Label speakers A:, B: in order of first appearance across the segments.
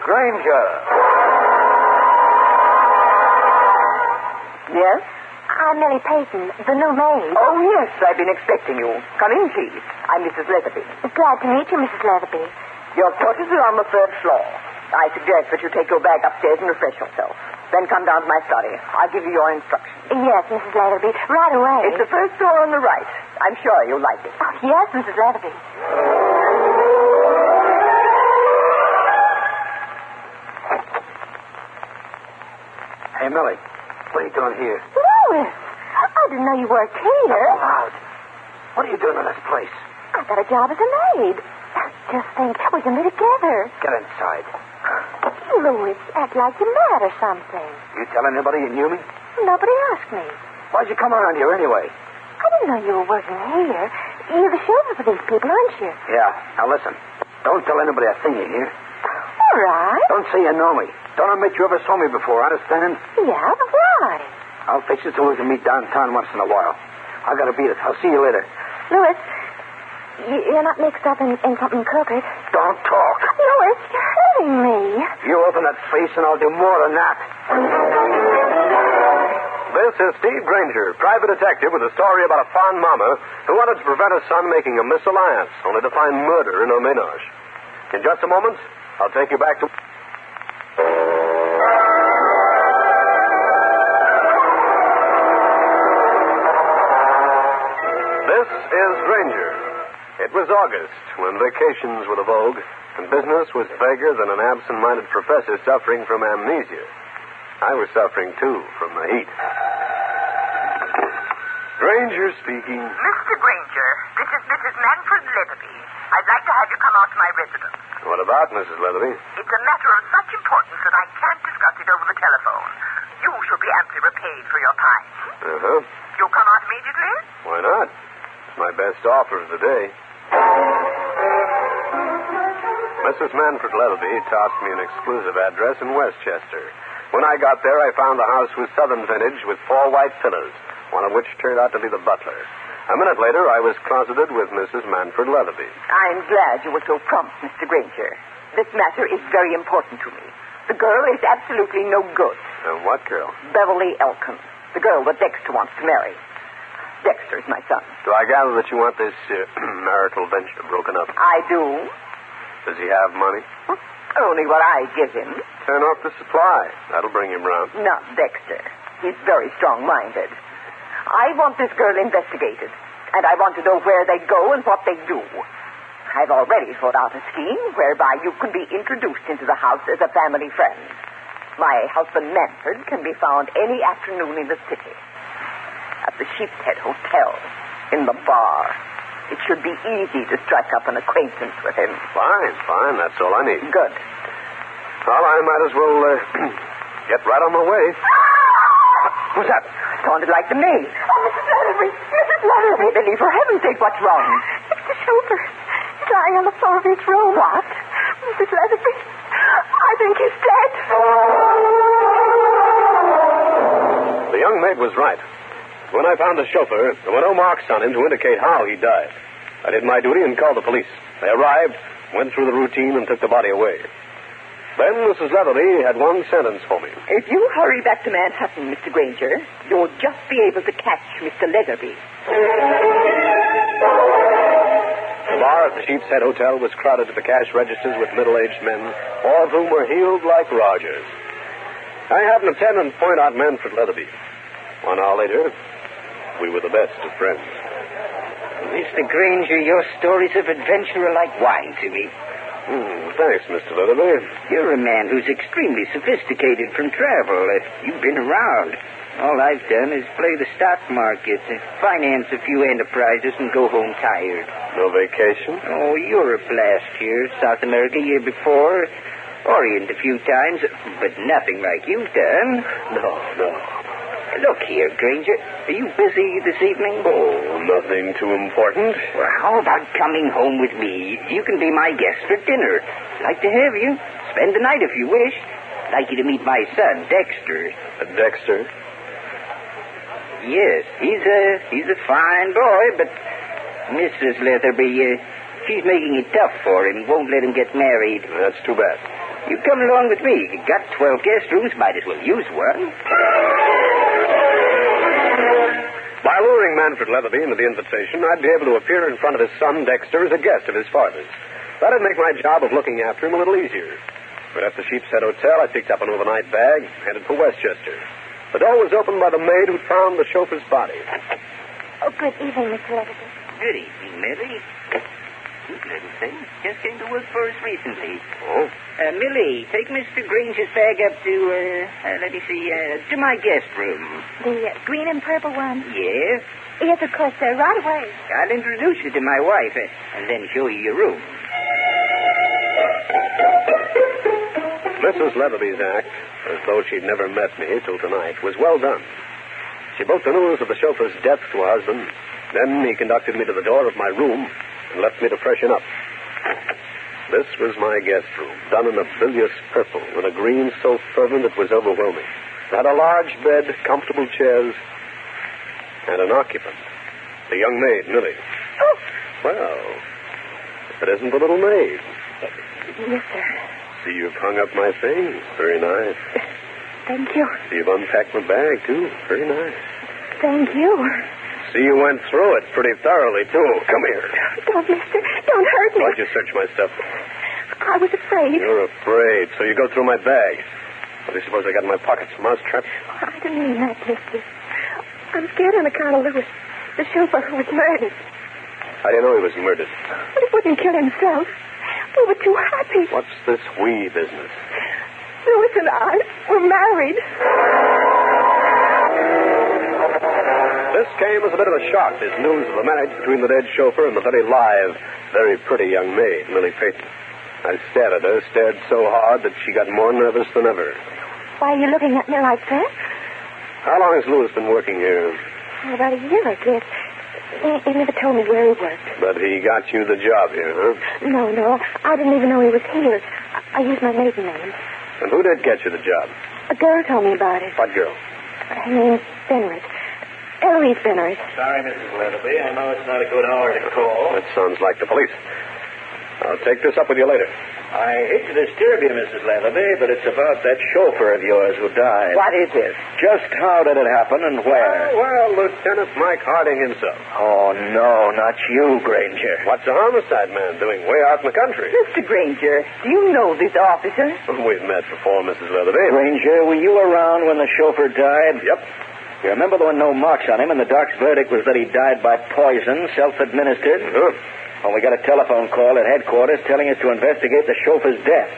A: stranger.
B: Yes?
C: I'm Millie Payton, the new maid.
B: Oh, yes, I've been expecting you. Come in, please. I'm Mrs. Leatherby.
C: Glad to meet you, Mrs. Leatherby.
B: Your quarters are on the third floor. I suggest that you take your bag upstairs and refresh yourself. Then come down to my study. I'll give you your instructions.
C: Yes, Mrs. Leatherby, right away.
B: It's the first door on the right. I'm sure you'll like it.
C: Oh, yes, Mrs. Leatherby.
A: Hey, Millie, what are you doing here?
C: Louis! I didn't know you worked here.
A: Loud. What are you doing in this place?
C: I got a job as a maid. Just think, we can be together.
A: Get inside.
C: Louis, act like you're mad or something.
A: You tell anybody you knew me?
C: Nobody asked me.
A: Why'd you come around here anyway?
C: I didn't know you were working here. You're the chauffeur for these people, aren't you?
A: Yeah, now listen. Don't tell anybody a thing you hear.
C: All right.
A: Don't say you know me. Don't admit you ever saw me before, understand?
C: Yeah, but why?
A: I'll fix it so we can meet downtown once in a while. I gotta beat it. I'll see you later.
C: Louis, you- you're not mixed up in, in something crooked.
A: Don't talk.
C: Louis, you're hurting me.
A: You open that face and I'll do more than that.
D: This is Steve Granger, private detective with a story about a fond mama who wanted to prevent her son making a misalliance, only to find murder in her ménage. In just a moment, I'll take you back to... This is Granger. It was August when vacations were the vogue, and business was vaguer than an absent-minded professor suffering from amnesia. I was suffering, too, from the heat. Granger speaking.
B: Mr. Granger, this is Mrs. Manfred Leatherby. I'd like to have you come out to my residence.
D: What about Mrs. Leatherby?
B: It's a matter of such importance that I can't discuss it over the telephone. You shall be amply repaid for your time.
D: Uh huh.
B: You'll come out immediately?
D: Why not? It's my best offer of the day. Mrs. Manfred Leatherby tossed me an exclusive address in Westchester. When I got there, I found the house was southern vintage with four white pillars, one of which turned out to be the butler. A minute later, I was closeted with Mrs. Manfred Leatherby.
B: I'm glad you were so prompt, Mr. Granger. This matter is very important to me. The girl is absolutely no good.
D: Uh, what girl?
B: Beverly Elkins, the girl that Dexter wants to marry. Dexter is my son.
D: Do I gather that you want this uh, marital venture broken up?
B: I do.
D: Does he have money?
B: Only what I give him,
D: Turn off the supply. That'll bring him round.
B: not Dexter. He's very strong minded. I want this girl investigated, and I want to know where they go and what they do. I've already thought out a scheme whereby you could be introduced into the house as a family friend. My husband Manfred can be found any afternoon in the city. At the Sheep's Head Hotel, in the bar. It should be easy to strike up an acquaintance with him.
D: Fine, fine. That's all I need.
B: Good.
D: Well, I might as well uh, get right on my way. Who's that?
B: Sounded like the maid.
C: Oh, Mrs. Leatherby, Mrs. Leatherby.
B: Hey, Billy, for heaven's sake, what's wrong?
C: It's the chauffeur. He's lying on the floor of his room. What? Mrs. Leatherby, I think he's dead.
D: The young maid was right. When I found the chauffeur, there were no marks on him to indicate how he died. I did my duty and called the police. They arrived, went through the routine, and took the body away. Then Mrs. Leatherby had one sentence for me.
B: If you hurry back to Manhattan, Mr. Granger, you'll just be able to catch Mr. Leatherby.
D: The bar at the Sheep's Head Hotel was crowded to the cash registers with middle-aged men, all of whom were heeled like Rogers. I had an attendant point out Manfred Leatherby. One hour later, we were the best of friends.
E: Mr. Granger, your stories of adventure are like wine to me.
D: Hmm, thanks, Mr. Leatherby.
E: You're a man who's extremely sophisticated from travel. Uh, You've been around. All I've done is play the stock market, uh, finance a few enterprises, and go home tired.
D: No vacation?
E: Oh, Europe last year, South America year before, Orient a few times, but nothing like you've done.
D: No, no.
E: Look here, Granger. Are you busy this evening?
D: Oh, nothing too important.
E: Well, how about coming home with me? You can be my guest for dinner. Like to have you. Spend the night if you wish. Like you to meet my son, Dexter.
D: Uh, Dexter?
E: Yes, he's a he's a fine boy, but Mrs. Leatherby, uh, she's making it tough for him. Won't let him get married.
D: That's too bad.
E: You come along with me. You got 12 guest rooms, might as well use one.
D: By luring Manfred Leatherby into the invitation, I'd be able to appear in front of his son, Dexter, as a guest of his father's. That'd make my job of looking after him a little easier. But at the Sheepshead Hotel, I picked up an overnight bag, headed for Westchester. The door was opened by the maid who found the chauffeur's body.
C: Oh, good evening, Mr. Leatherby.
E: Good evening, Millie. Cute little thing. Just came to work for us recently. Oh. Uh, Millie, take Mr. Granger's bag up to, uh, uh let me see, uh, to my guest room.
C: The uh, green and purple one.
E: Yes.
C: Yes, of course, sir. Right away.
E: I'll introduce you to my wife uh, and then show you your room.
D: Mrs. Leatherby's act, as though she'd never met me till tonight, was well done. She broke the news of the chauffeur's death to her husband. Then he conducted me to the door of my room and left me to freshen up. This was my guest room, done in a bilious purple, with a green so fervent it was overwhelming. It had a large bed, comfortable chairs, and an occupant. The young maid, Millie.
C: Oh.
D: Well, if it isn't the little maid.
C: Yes, sir.
D: See, you've hung up my things. Very nice.
C: Thank you.
D: See, you've unpacked my bag, too. Very nice.
C: Thank you.
D: See, you went through it pretty thoroughly, too. Come here.
C: Don't, mister. Don't hurt me.
D: Why'd you search my stuff?
C: I was afraid.
D: You're afraid, so you go through my bag. What do you suppose I got in my pockets? Mousetrap?
C: I didn't mean that, mister. I'm scared on account of Lewis, the chauffeur who was murdered.
D: How do you know he was murdered?
C: But he wouldn't kill himself. We were too happy.
D: What's this we business?
C: Lewis and I were married.
D: This came as a bit of a shock, this news of the marriage between the dead chauffeur and the very live, very pretty young maid, Millie Peyton. I stared at her, stared so hard that she got more nervous than ever.
C: Why are you looking at me like that?
D: How long has Lewis been working here?
C: About a year, I guess. He, he never told me where he worked.
D: But he got you the job here, huh?
C: No, no. I didn't even know he was here. I, I used my maiden name.
D: And who did get you the job?
C: A girl told me about it.
D: What girl?
C: Her name's Fenris. Eloise Fenris.
B: Sorry, Mrs. Leatherby. I know it's not a good hour to call.
D: That sounds like the police. I'll take this up with you later.
B: I hate to disturb you, Mrs. Leatherby, but it's about that chauffeur of yours who died.
F: What is it?
B: Just how did it happen
E: Oh.
B: and where?
D: Oh, well, Lieutenant Mike Harding himself.
B: Oh, no, not you, Granger.
D: What's a homicide man doing way out in the country?
F: Mr. Granger, do you know this officer?
D: We've met before, Mrs. Leatherby.
B: Granger, were you around when the chauffeur died?
D: Yep.
B: You remember there were no marks on him, and the doc's verdict was that he died by poison, self-administered?
D: Sure.
E: Oh.
B: Well, we got a telephone call at headquarters telling us to investigate the chauffeur's death,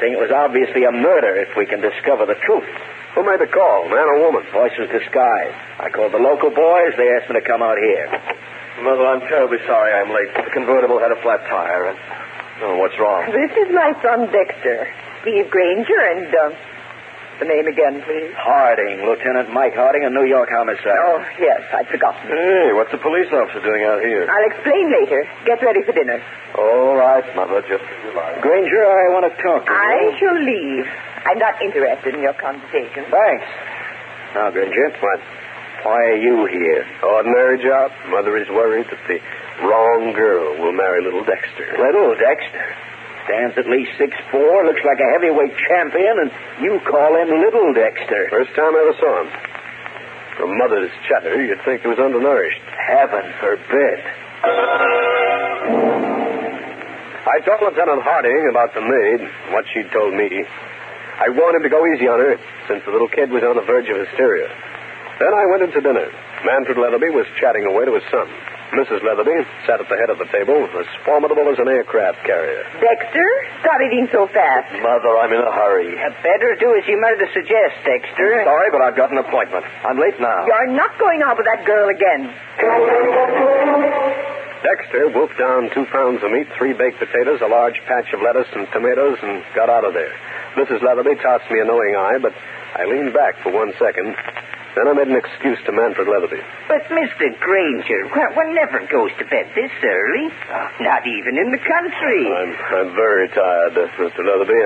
B: saying it was obviously a murder if we can discover the truth.
D: Who made the call, man or woman?
B: Voice was disguised. I called the local boys. They asked me to come out here.
D: Mother, I'm terribly sorry I'm late. The convertible had a flat tire. And... Oh, what's wrong?
F: This is my son, Dexter. Steve Granger and, um, the name again, please.
B: Harding, Lieutenant Mike Harding, a New York homicide.
F: Oh, yes, I'd forgotten.
D: Hey, what's a police officer doing out here?
F: I'll explain later. Get ready for dinner.
D: All right, Mother, just as you like.
B: Granger, I want to talk to
F: I
B: you.
F: shall leave. I'm not interested in your conversation.
B: Thanks. Now, Granger. What? Why are you here?
D: Ordinary job. Mother is worried that the wrong girl will marry little Dexter.
B: Little Dexter. Stands at least six four, looks like a heavyweight champion, and you call him Little Dexter.
D: First time I ever saw him. From Mother's chatter, you'd think he was undernourished.
B: Heaven forbid.
D: I told Lieutenant Harding about the maid, and what she'd told me. I warned him to go easy on her, since the little kid was on the verge of hysteria. Then I went into dinner. Manfred Leatherby was chatting away to his son. Mrs. Leatherby sat at the head of the table, as formidable as an aircraft carrier.
F: Dexter, stop eating so fast.
D: Mother, I'm in a hurry.
E: better do as you mother suggests, Dexter.
D: Sorry, but I've got an appointment. I'm late now.
F: You're not going out with that girl again.
D: Dexter wolfed down two pounds of meat, three baked potatoes, a large patch of lettuce and tomatoes, and got out of there. Mrs. Leatherby tossed me a knowing eye, but I leaned back for one second. Then I made an excuse to Manfred Leatherby.
E: But, Mr. Granger, one, one never goes to bed this early. Not even in the country.
F: Um,
D: I'm, I'm very tired, Mr. Leatherby.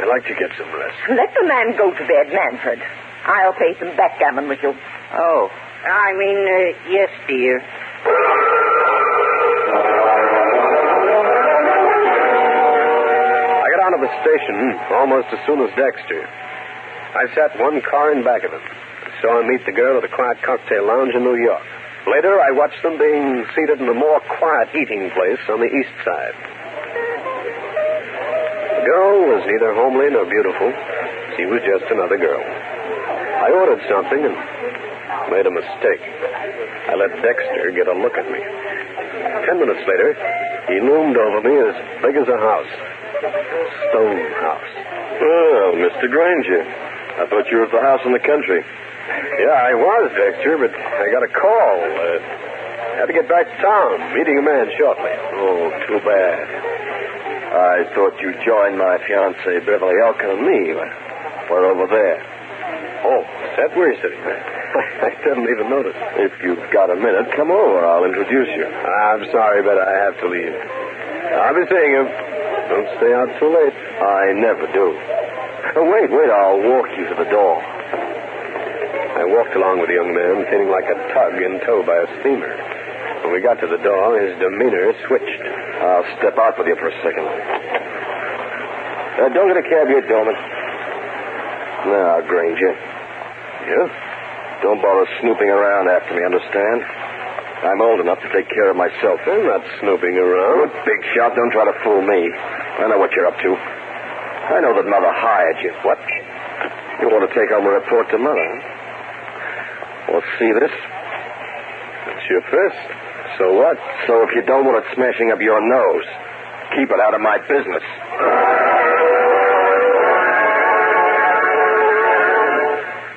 D: I'd like to get some rest.
F: Let the man go to bed, Manfred. I'll play some backgammon with you.
E: Oh, I mean, uh, yes, dear.
D: I got down to of the station almost as soon as Dexter. I sat one car in back of him. Saw him meet the girl at a quiet cocktail lounge in New York. Later, I watched them being seated in a more quiet eating place on the east side. The girl was neither homely nor beautiful. She was just another girl. I ordered something and made a mistake. I let Dexter get a look at me. Ten minutes later, he loomed over me as big as a house. Stone house.
G: Well, Mr. Oh, Granger, I thought you were at the house in the country.
D: Yeah, I was, Dexter, but I got a call. Uh, had to get back to town. Meeting a man shortly.
G: Oh, too bad. I thought you joined my fiancée, Beverly Elkin, and me. We're over there.
D: Oh, is that where you're sitting? I didn't even notice.
G: If you've got a minute, come over. I'll introduce you.
D: I'm sorry, but I have to leave. I'll be seeing you. Don't stay out too late.
G: I never do.
D: Oh,
G: Wait, wait, I'll walk you to the door.
D: I walked along with the young man, feeling like a tug in tow by a steamer. When we got to the door, his demeanor switched.
G: I'll step out with you for a second. Uh, don't get a cab yet, Dolman. Now, Granger.
D: Yeah?
G: Don't bother snooping around after me, understand? I'm old enough to take care of myself.
D: I'm not snooping around.
G: Look, big shot, don't try to fool me. I know what you're up to. I know that Mother hired you. What? You want to take home a report to Mother? huh? Well, see this?
D: It's your fist. So what?
G: So if you don't want it smashing up your nose, keep it out of my business.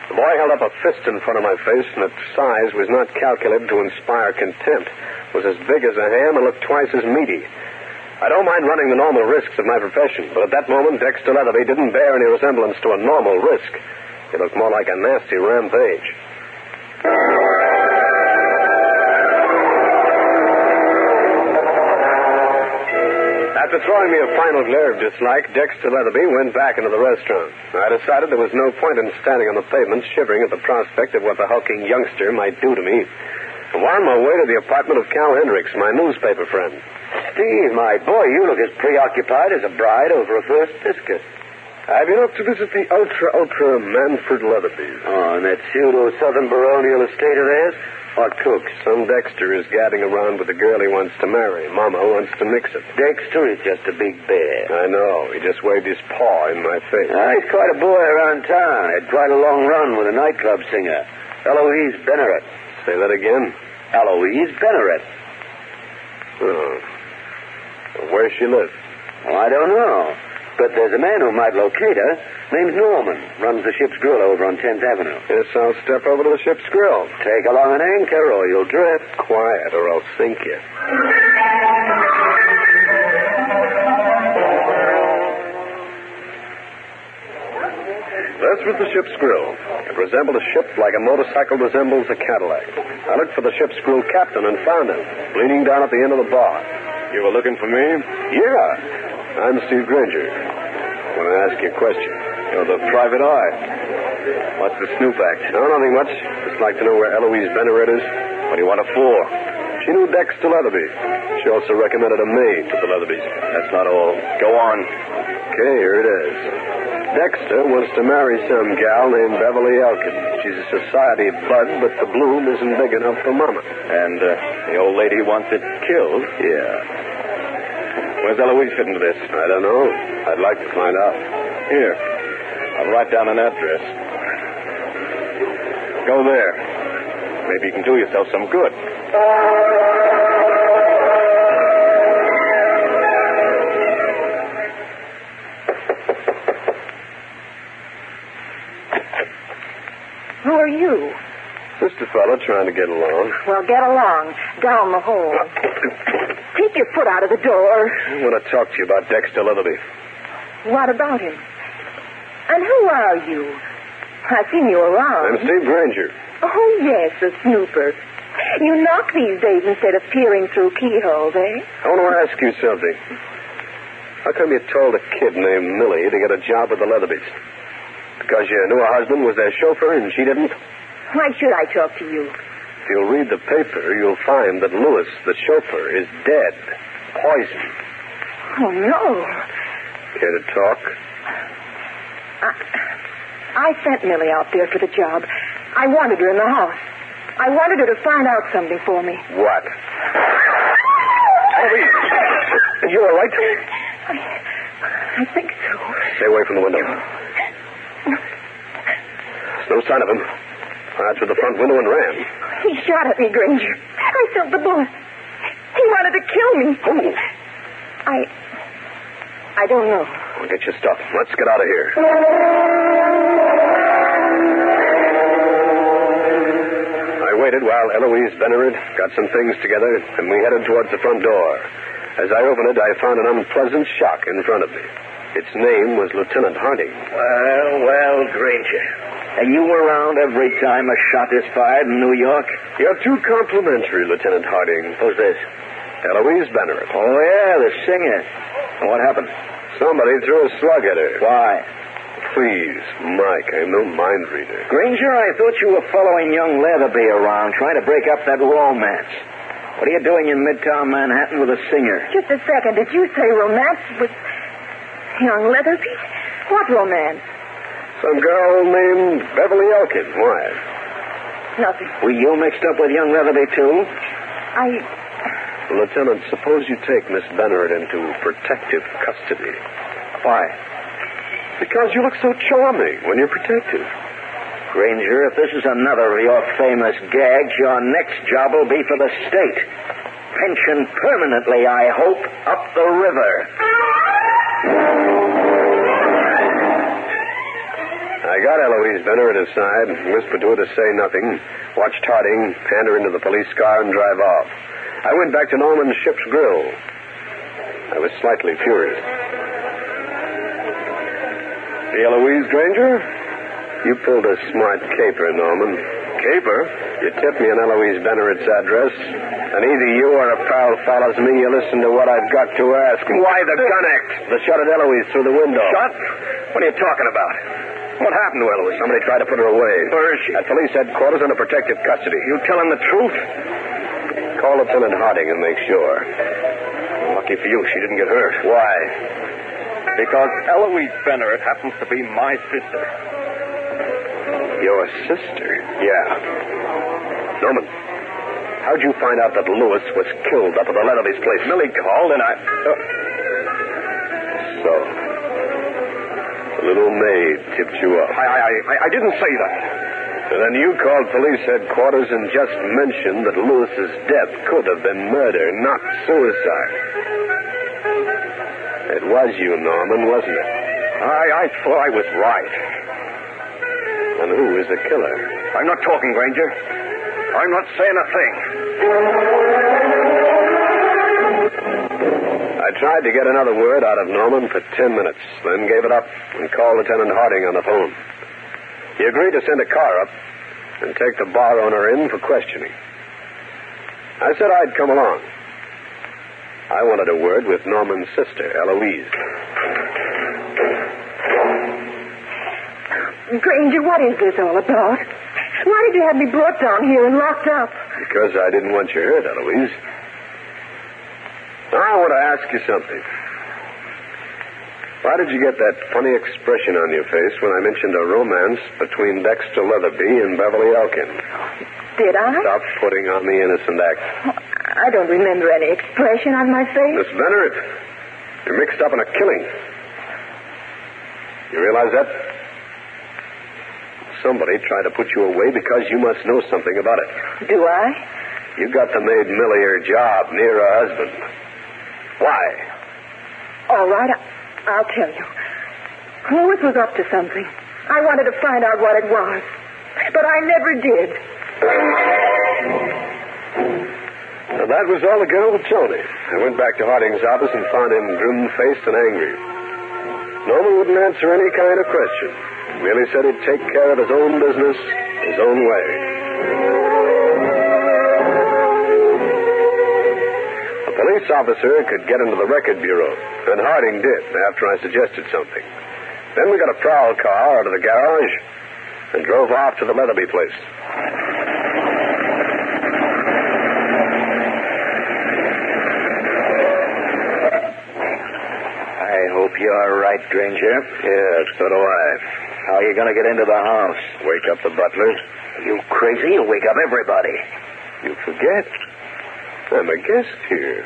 D: The boy held up a fist in front of my face, and its size was not calculated to inspire contempt. It was as big as a ham and looked twice as meaty. I don't mind running the normal risks of my profession, but at that moment, Dexter Leatherby didn't bear any resemblance to a normal risk. It looked more like a nasty rampage. After throwing me a final glare of dislike, Dexter Leatherby went back into the restaurant. I decided there was no point in standing on the pavement shivering at the prospect of what the hulking youngster might do to me. I'm on my way to the apartment of Cal Hendricks, my newspaper friend.
B: Steve, my boy, you look as preoccupied as a bride over a first biscuit.
D: I've been up to visit the ultra, ultra Manfred Leatherby.
B: Oh, and that pseudo southern baronial estate of theirs?
D: Hot cook. Some Dexter is gadding around with the girl he wants to marry. Mama wants to mix it.
B: Dexter is just a big bear.
D: I know. He just waved his paw in my face.
B: Ah, he's quite a boy around town. Had quite a long run with a nightclub singer, Eloise Benneret.
D: Say that again.
B: Eloise Benneret.
D: Oh. Where she lives?
B: Well, Oh, I don't know. But there's a man who might locate her. Name's Norman. Runs the ship's grill over on 10th Avenue.
D: Yes, I'll step over to the ship's grill.
B: Take along an anchor or you'll drift.
D: Quiet, or I'll sink you. This was the ship's grill. It resembled a ship like a motorcycle resembles a Cadillac. I looked for the ship's grill captain and found him, leaning down at the end of the bar.
G: You were looking for me?
D: Yeah, I'm Steve Granger. I want to ask you a question.
G: You're the private eye. What's the snoop act?
D: No, nothing much. Just like to know where Eloise Benneret is.
G: What do you want it for?
D: She knew Dexter Leatherby. She also recommended a maid to the Leatherbys.
G: That's not all. Go on.
D: Okay, here it is. Dexter wants to marry some gal named Beverly Elkin. She's a society bud, but the bloom isn't big enough for Mama.
G: And uh, the old lady wants it killed.
D: Yeah,
G: Where's Eloise fit into this?
D: I don't know. I'd like to find out.
G: Here. I'll write down an address. Go there. Maybe you can do yourself some good.
F: Who are you?
D: Just a fellow trying to get along.
F: Well, get along. Down the hole. Take your foot out of the door.
D: I want to talk to you about Dexter Leatherby.
F: What about him? And who are you? I've seen you
D: I'm
F: around.
D: Steve Granger.
F: Oh, yes, a snooper. You knock these days instead of peering through keyholes, eh?
D: I want to ask you something. How come you told a kid named Millie to get a job with the Leatherbys? Because you knew her husband was their chauffeur and she didn't?
F: Why should I talk to you?
D: If you'll read the paper, you'll find that Lewis, the chauffeur, is dead. Poisoned.
F: Oh, no.
D: Care to talk?
C: I sent Millie out there for the job. I wanted her in the house. I wanted her to find out something for me.
D: What? Toby, you all right?
C: I think so.
D: Stay away from the window. There's no sign of him. I through the front window and ran.
C: He shot at me, Granger. I felt the bullet. He wanted to kill me.
D: Who?
C: I. I don't know.
D: I'll get your stuff. Let's get out of here. I waited while Eloise Benneret got some things together, and we headed towards the front door. As I opened it, I found an unpleasant shock in front of me. Its name was Lieutenant Harding.
B: Well, well, Granger. And you were around every time a shot is fired in New York?
D: You're too complimentary, Lieutenant Harding.
B: Who's this?
D: Eloise Benneret.
B: Oh, yeah, the singer. And what happened?
D: Somebody threw a slug at her.
B: Why?
D: Please, Mike, I'm no mind reader.
B: Granger, I thought you were following young Leatherby around, trying to break up that romance. What are you doing in midtown Manhattan with a singer?
C: Just a second. Did you say romance with young Leatherby? What romance?
D: Some girl named Beverly Elkin. Why?
C: Nothing.
B: Were you mixed up with young Leatherby, too?
C: I.
D: Lieutenant, suppose you take Miss Benneret into protective custody.
B: Why?
D: Because you look so charming when you're protective.
B: Granger, if this is another of your famous gags, your next job will be for the state. Pension permanently, I hope, up the river.
D: I got Eloise Benneret aside, whispered to her to say nothing, watched Harding hand her into the police car and drive off. I went back to Norman Ship's Grill. I was slightly furious. The Eloise Granger? You pulled a smart caper, Norman. Caper? You tipped me an Eloise Benneret's address, and either you or a pal follows me, you listen to what I've got to ask. and-
B: Why, the gun act.
D: The shot at Eloise through the window.
B: Shot?
D: What are you talking about? What happened to Eloise? Somebody tried to put her away.
B: Where is she?
D: At police headquarters under protective custody.
B: You telling the truth?
D: Call Lieutenant Harding and make sure. Lucky for you, she didn't get hurt. Why?
G: Because Eloise Benneret happens to be my sister.
D: Your sister? Yeah. Norman, how'd you find out that Lewis was killed up at the Leatherby's place? Uh, Millie called, and I. So, the little maid tipped you up. I, I, I, I didn't say that. And then you called police headquarters and just mentioned that Lewis's death could have been murder, not suicide. It was you, Norman, wasn't it? I, I thought I was right. And who is the killer? I'm not talking, Granger. I'm not saying a thing. I tried to get another word out of Norman for ten minutes, then gave it up and called Lieutenant Harding on the phone. He agreed to send a car up and take the bar owner in for questioning. I said I'd come along. I wanted a word with Norman's sister, Eloise.
C: Granger, what is this all about? Why did you have me brought down here and locked up?
D: Because I didn't want you hurt, Eloise. Now I want to ask you something. Why did you get that funny expression on your face when I mentioned a romance between Dexter Leatherby and Beverly Elkin?
C: Did I?
D: Stop putting on the innocent act.
C: I don't remember any expression on my face.
D: Miss Benneret, you're mixed up in a killing. You realize that? Somebody tried to put you away because you must know something about it.
C: Do I?
D: You got the maid Millie her job near her husband. Why?
C: All right, I, I'll tell you. Lewis was up to something. I wanted to find out what it was, but I never did.
D: Now, that was all the girl would tell me. I went back to Harding's office and found him grim faced and angry. Norman wouldn't answer any kind of question. Merely said he'd take care of his own business his own way. A police officer could get into the record bureau, and Harding did after I suggested something. Then we got a prowl car out of the garage and drove off to the Leatherby place.
B: I hope You're right, Granger. Yes, so do I. How are you going to get into the house? Wake up the butlers. You crazy? You wake up everybody.
G: You forget. I'm a guest here.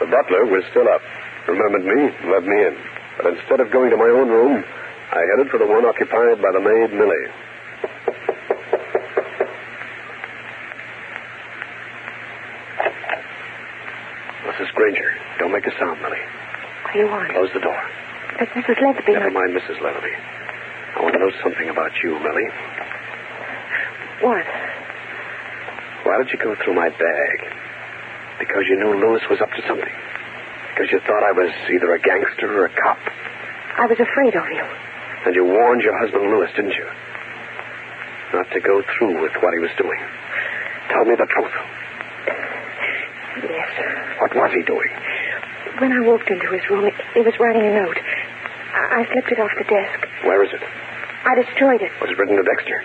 G: The butler was still up, remembered me, let me in. But instead of going to my own room, I headed for the one occupied by the maid Millie. Mrs. Granger, don't make a sound, Millie.
C: What do you want?
G: Close the door.
C: But Mrs. Leatherby,
G: Never mind Mrs. Leatherby. I want to know something about you, Millie.
C: what?
G: Why did you go through my bag? Because you knew Lewis was up to something. Because you thought I was either a gangster or a cop.
C: I was afraid of you.
G: And you warned your husband Lewis, didn't you? Not to go through with what he was doing. Tell me the truth.
C: Yes.
G: What was he doing?
C: When I walked into his room, he was writing a note. I, I slipped it off the desk.
G: Where is it?
C: I destroyed it.
G: Was it written to Dexter?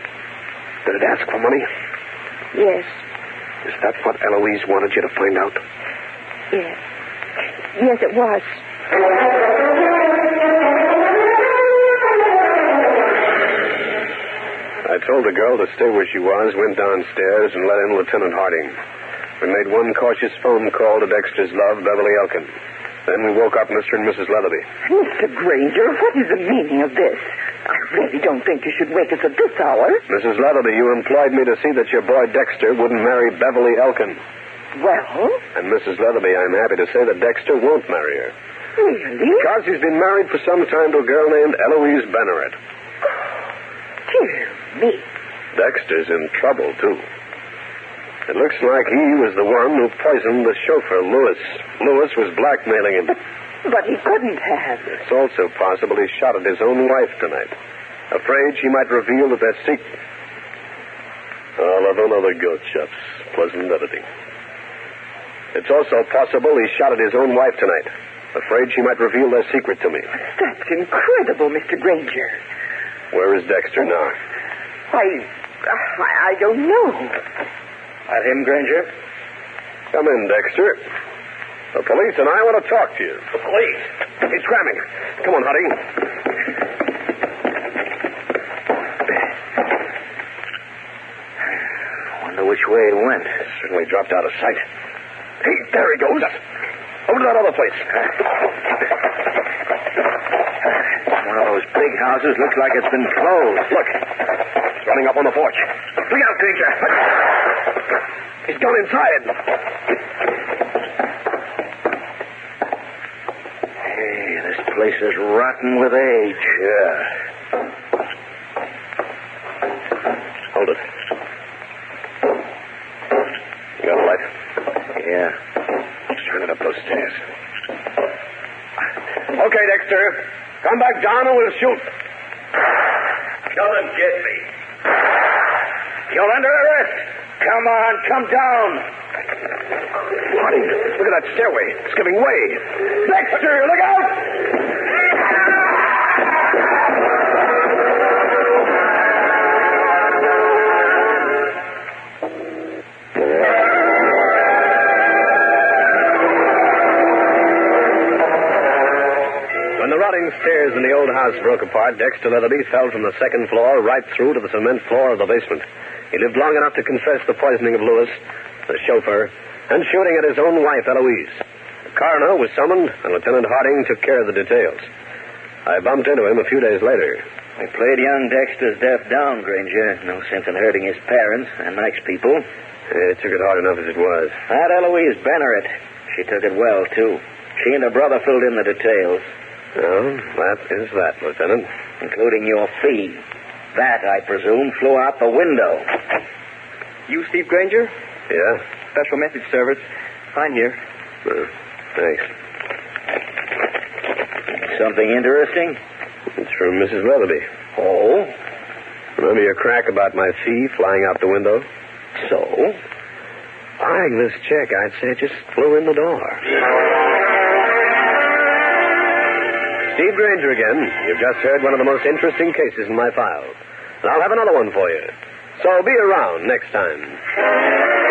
G: Did it ask for money?
C: Yes.
G: Is that what Eloise wanted you to find out?
C: Yes. Yes, it was.
D: I told the girl to stay where she was, went downstairs, and let in Lieutenant Harding. We made one cautious phone call to Dexter's love, Beverly Elkin. Then we woke up Mr. and Mrs. Leatherby.
F: Mr. Granger, what is the meaning of this? I really don't think you should wake us at this hour.
D: Mrs. Leatherby, you employed me to see that your boy Dexter wouldn't marry Beverly Elkin.
F: Well,
D: And Mrs. Leatherby, I'm happy to say that Dexter won't marry her.
F: really?
D: Because he's been married for some time to a girl named Eloise Benneret.
F: Dear me.
D: Dexter's in trouble, too. It looks like he was the one who poisoned the chauffeur, Lewis. Lewis was blackmailing him.
F: But he couldn't have.
D: It's also possible he shot at his own wife tonight, afraid she might reveal that they're secret. I'll have another goat chops. Pleasant editing. It's also possible he shot at his own wife tonight, afraid she might reveal their secret to me.
F: That's incredible, Mr. Granger.
D: Where is Dexter now?
F: Why, uh, I, I don't know.
B: At him, Granger?
D: Come in, Dexter. The police and I want to talk to you. The police? He's cramming. Come on, Huddy.
B: Wonder which way it went.
D: Certainly dropped out of sight. Hey, there he goes. Over to that other place.
B: One of those big houses looks like it's been closed.
D: Look, he's running up on the porch. Look out, Granger. He's gone inside.
B: Hey, this place is rotten with age.
D: Yeah. Hold it. You got a light?
B: Yeah.
D: Turn it up those stairs. Okay, Dexter. Come back down and we'll shoot. Don't get me. You're under arrest. Come on, come down. Marty, look at that stairway. It's giving way. Dexter, look out! When the rotting stairs in the old house broke apart, Dexter Leatherby fell from the second floor right through to the cement floor of the basement. He lived long enough to confess the poisoning of Lewis, the chauffeur, and shooting at his own wife, Eloise. The coroner was summoned, and Lieutenant Harding took care of the details. I bumped into him a few days later.
B: We played young Dexter's death down, Granger. No sense in hurting his parents and nice people.
D: It took it hard enough as it was.
B: That Eloise Benneret, she took it well, too. She and her brother filled in the details,
D: Well, that is that, Lieutenant.
B: including your fee. That, I presume, flew out the window.
E: You, Steve Granger?
D: Yeah?
E: Special message service. Fine here.
D: Uh, thanks.
B: Something interesting?
D: It's from Mrs. Leatherby.
B: Oh?
D: Remember your crack about my fee flying out the window?
B: So?
D: Buying this check, I'd say it just flew in the door. Steve Granger again. You've just heard one of the most interesting cases in my file. And I'll have another one for you. So be around next time.